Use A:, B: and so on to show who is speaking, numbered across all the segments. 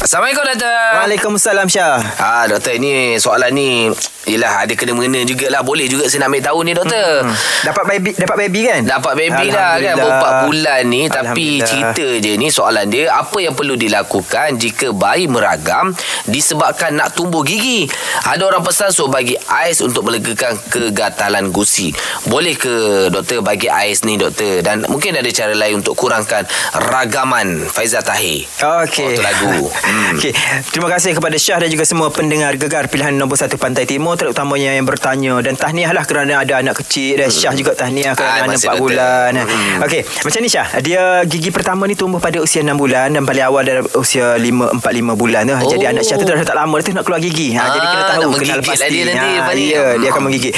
A: Assalamualaikum Doktor
B: Waalaikumsalam Syah.
A: Ah, Doktor ini soalan ni Yelah ada kena-mengena jugalah Boleh juga saya nak ambil tahu ni Doktor hmm.
B: Dapat baby dapat baby kan?
A: Dapat baby lah kan
B: Alhamdulillah.
A: Baru 4 bulan ni Tapi
B: Alhamdulillah.
A: cerita je ni Soalan dia Apa yang perlu dilakukan Jika bayi meragam Disebabkan nak tumbuh gigi Ada orang pesan Suruh bagi ais Untuk melegakan kegatalan gusi Boleh ke doktor Bagi ais ni doktor Dan mungkin ada cara lain Untuk kurangkan Ragaman Faizal Tahir
B: Okey.
A: Waktu lagu. Hmm.
B: Okey. Terima kasih kepada Syah dan juga semua pendengar gegar pilihan nombor satu Pantai Timur terutamanya yang bertanya dan tahniahlah kerana ada anak kecil dan Syah juga
A: Ah,
B: tahniah kerana anak
A: masih betul.
B: 4
A: Hmm.
B: bulan. Okey. Macam ni Syah, dia gigi pertama ni tumbuh pada usia 6 bulan dan paling awal dalam usia 5 4 5 bulan tu. Jadi
A: Oh.
B: anak Syah tu dah tak lama dia tu nak keluar gigi. Ha, jadi kena
A: Ah, nak
B: tahu kenal
A: menggigit lah
B: pasti.
A: dia nanti,
B: ha,
A: Fani.
B: ya, dia akan
A: Hmm.
B: menggigit.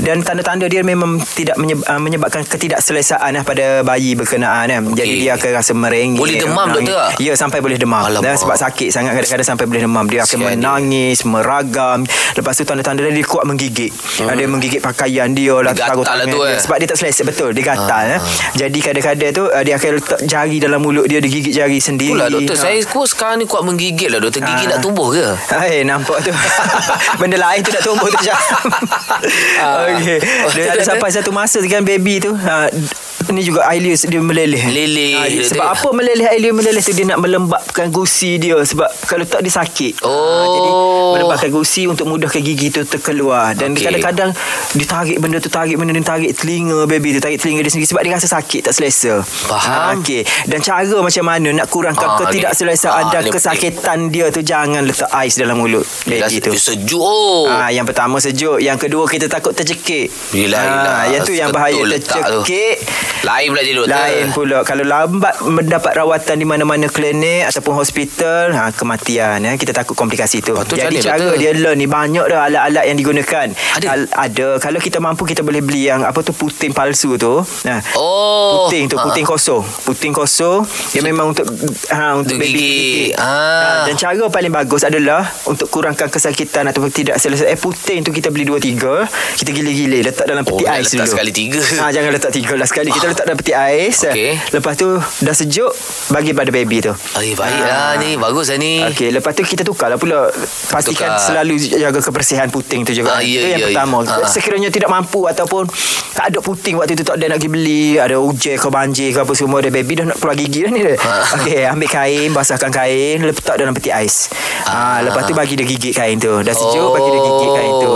B: Dan tanda-tanda dia memang tidak menyeb- ah, menyebabkan ketidakselesaan ah, pada bayi berkenaan. eh. Jadi
A: Okey.
B: dia akan rasa merengek
A: Boleh demam,
B: menangis.
A: doktor?
B: Ya sampai boleh demam
A: Alamak.
B: Dan sebab sakit sangat Kadang-kadang sampai boleh demam Dia akan
A: Sial dia.
B: menangis Meragam Lepas tu tanda-tanda dia, dia kuat menggigit hmm. Dia menggigit pakaian dia lah
A: Dia
B: taruh
A: gatal lah
B: tangan
A: tu,
B: dia.
A: eh. Ah.
B: Sebab dia tak selesa Betul Dia gatal eh. Jadi kadang-kadang tu ah, Dia akan letak jari dalam mulut dia Dia gigit jari sendiri
A: Itulah doktor
B: Ha.
A: Saya kuat sekarang ni Kuat menggigit lah doktor Gigi
B: Ah.
A: nak tumbuh ke
B: Hai, nampak tu Benda lain tu nak tumbuh tu Syam
A: Ah.
B: Okey Dia ada sampai satu masa kan baby tu ha, Ni juga Ailius dia meleleh
A: Meleleh.
B: Ah, dia- Sebab apa meleleh Ailius meleleh tu Dia nak melembabkan gusi dia Sebab kalau tak dia sakit Ah, Jadi
A: Oh.
B: melembabkan gusi Untuk mudahkan gigi tu terkeluar Dan
A: Okey.
B: kadang-kadang Dia tarik benda tu Tarik benda ni Tarik telinga baby tu Tarik telinga dia sendiri Sebab dia rasa sakit Tak selesa
A: Faham.
B: Ah, Okey Dan cara macam mana Nak kurangkan
A: Ah, ni. Ah,
B: ketidakselesaan Dan
A: ni penting.
B: kesakitan ketan dia tu jangan letak ais dalam mulut
A: Yelah,
B: baby tu.
A: Sejuk oh.
B: Ah, yang pertama sejuk, yang kedua kita takut tercekik.
A: Yelah, yelah.
B: Ah, yang tu yang bahaya
A: Betul letak tu.
B: tercekik.
A: Lain pula jadi doktor
B: Lain pula kalau lambat mendapat rawatan di mana-mana klinik ataupun hospital, ha kematian ya. Kita takut komplikasi tu.
A: Patut
B: Jadi
A: jadi,
B: cara
A: doktor.
B: dia learn ni banyak dah alat-alat yang digunakan.
A: Ada?
B: ada. Kalau kita mampu kita boleh beli yang apa tu puting palsu tu. Nah.
A: Oh
B: Puting tu
A: Ah.
B: Puting kosong Puting kosong Dia memang untuk ha, Untuk
A: Untuk
B: baby
A: gigit.
B: gigit.
A: Ah.
B: Dan cara paling bagus adalah Untuk kurangkan kesakitan Ataupun tidak selesai Eh puting tu kita beli dua tiga Kita gilir-gilir Letak dalam
A: Oh,
B: peti
A: jangan
B: ais
A: letak
B: dulu
A: sekali tiga.
B: ha, Jangan letak tiga lah sekali Kita letak dalam peti ais
A: Okey.
B: Lepas tu Dah sejuk Bagi pada baby tu
A: Eh, baiklah ni Bagus lah ni
B: Ah. Okey, lepas tu kita tukar lah pula. Pastikan
A: Tukar.
B: selalu jaga kebersihan puting tu juga.
A: Ah, ya,
B: itu yang
A: ya,
B: pertama.
A: ya. Ah, ah.
B: Sekiranya tidak mampu ataupun tak ada puting waktu tu tak ada nak pergi beli, ada hujan ke banjir ke apa semua, ada baby dah nak keluar gigi dah ni dah.
A: Ah.
B: Okey, ambil kain, basahkan kain, letak dalam peti ais. Ah, lepas tu bagi dia gigit kain tu. Dah sejuk,
A: Oh.
B: bagi dia gigit kain tu.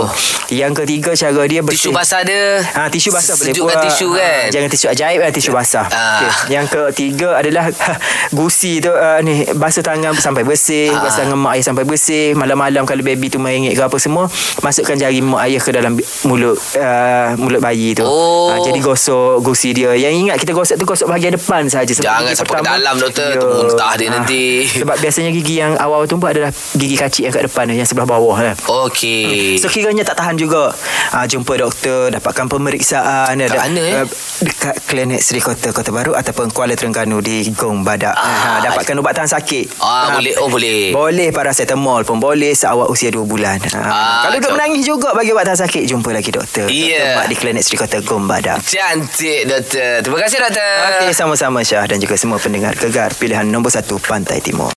B: Yang ketiga cara dia bersih.
A: Tisu basah dia
B: Ha, tisu basah boleh buat.
A: Sejukkan tisu kan
B: Ha, jangan tisu ajaib lah, tisu basah.
A: Ah.
B: Okey. Yang ketiga adalah gusi tu uh, ni basuh tangan sampai bersih,
A: Ah.
B: basuh tangan mak ayah sampai bersih. Malam-malam kalau baby tu merengek ke apa semua, masukkan jari mak ayah ke dalam bi- mulut uh, mulut bayi tu.
A: Oh.
B: Ah, jadi gosok gusi dia. Yang ingat kita gosok tu gosok bahagian depan saja.
A: Jangan sampai ke dalam, doktor. Tu muntah dia nanti.
B: Ah, Sebab biasanya gigi yang awal tumbuh adalah gigi kacik yang kat depan yang sebelah bawah lah.
A: Okey
B: So kiranya tak tahan juga ha, Jumpa doktor Dapatkan pemeriksaan Kat
A: mana, eh?
B: Dekat klinik Seri Kota Kota Baru Ataupun Kuala Terengganu Di Gong Badak
A: Ah.
B: ah. ha, Dapatkan ubat tahan sakit
A: Ah,
B: Ha,
A: boleh. Oh, boleh.
B: Boleh paracetamol pun Boleh seawal usia 2 bulan ha.
A: Ah,
B: Kalau duk
A: so-
B: menangis juga Bagi ubat tahan sakit Jumpa lagi doktor
A: Yeah.
B: Tempat di klinik Seri Kota Gong Badak
A: Cantik doktor Terima kasih doktor
B: Okey sama-sama Syah Dan juga semua pendengar Gegar Pilihan nombor 1 Pantai Timur